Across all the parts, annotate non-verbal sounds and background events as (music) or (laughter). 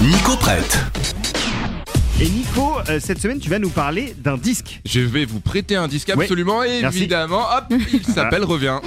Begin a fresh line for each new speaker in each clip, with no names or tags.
Nico prête.
Et Nico, euh, cette semaine, tu vas nous parler d'un disque.
Je vais vous prêter un disque
Oui.
absolument et
Merci.
évidemment. Hop, il s'appelle Reviens.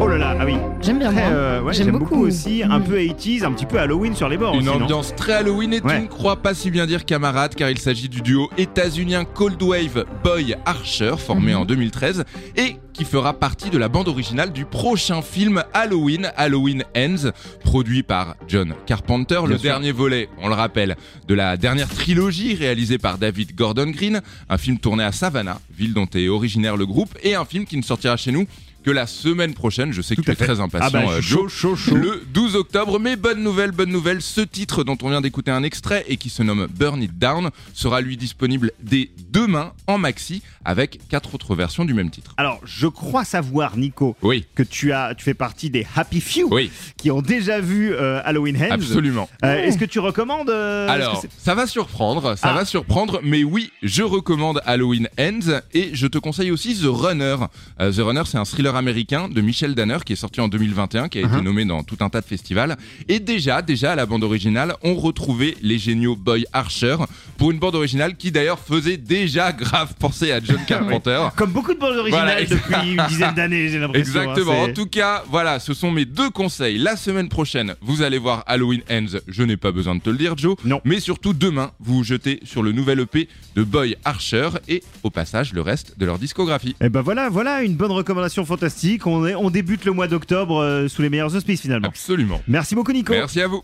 Oh là là, ah oui.
J'aime bien
Très,
moi.
euh, ouais,
J'aime
J'aime beaucoup.
beaucoup.
aussi, un
Ouais.
peu 80s, un petit peu Halloween sur les bords.
Une
aussi, non
ambiance très Halloween et
Ouais.
tu ne crois pas si bien dire camarade car il s'agit du duo états-unien Cold Wave Boy Archer formé
Mhm.
en 2013 et qui fera partie de la bande originale du prochain film Halloween, Halloween Ends, produit par John Carpenter, le dernier volet, on le rappelle, de la dernière trilogie réalisée par David Gordon Green, un film tourné à Savannah, ville dont est originaire le groupe, et un film qui ne sortira chez nous que la semaine prochaine. Je sais que
Tout
tu
à
es
fait.
très impatient,
Ah bah,
euh, Joe
chaud, chaud, chaud.
le 12 octobre. Mais bonne nouvelle, bonne nouvelle, ce titre dont on vient d'écouter un extrait et qui se nomme Burn It Down sera lui disponible dès demain en maxi avec quatre autres versions du même titre.
Alors, je crois savoir, Nico,
Oui,
que tu, as, tu fais partie des Happy Few
oui,
qui ont déjà vu euh, Halloween Ends.
absolument.
Euh, Est-ce que tu recommandes euh, est-ce
Alors,
que c'est-
ça va surprendre, ça
Ah.
va surprendre, mais oui, je recommande Halloween Ends et je te conseille aussi The Runner. Euh, The Runner, c'est un thriller américain de Michel Danner qui est sorti en 2021, qui a
Uh-huh.
été nommé dans tout un tas de festivals. Et déjà, déjà, à la bande originale, on retrouvait les géniaux Boy Archer pour une bande originale qui d'ailleurs faisait déjà grave penser
(laughs)
à John Carpenter.
Comme beaucoup de bandes originales
Voilà,
depuis une dizaine d'années,
(laughs)
j'ai l'impression. hein,
Exactement.
c'est-
en tout cas, voilà, ce sont mes deux conseils. La semaine prochaine, vous allez voir Halloween Ends. Je n'ai pas besoin de te le dire, Joe.
Non.
Mais surtout, demain, vous vous jetez sur le nouvel EP de Boy Archer et au passage le reste de leur discographie.
Eh ben voilà, voilà une bonne recommandation fantastique. On, est- on débute le mois d'octobre euh, sous les meilleurs auspices finalement.
Absolument.
Merci beaucoup Nico.
Merci à vous.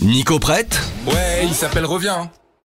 Nico prête
Ouais, il s'appelle hein. Reviens.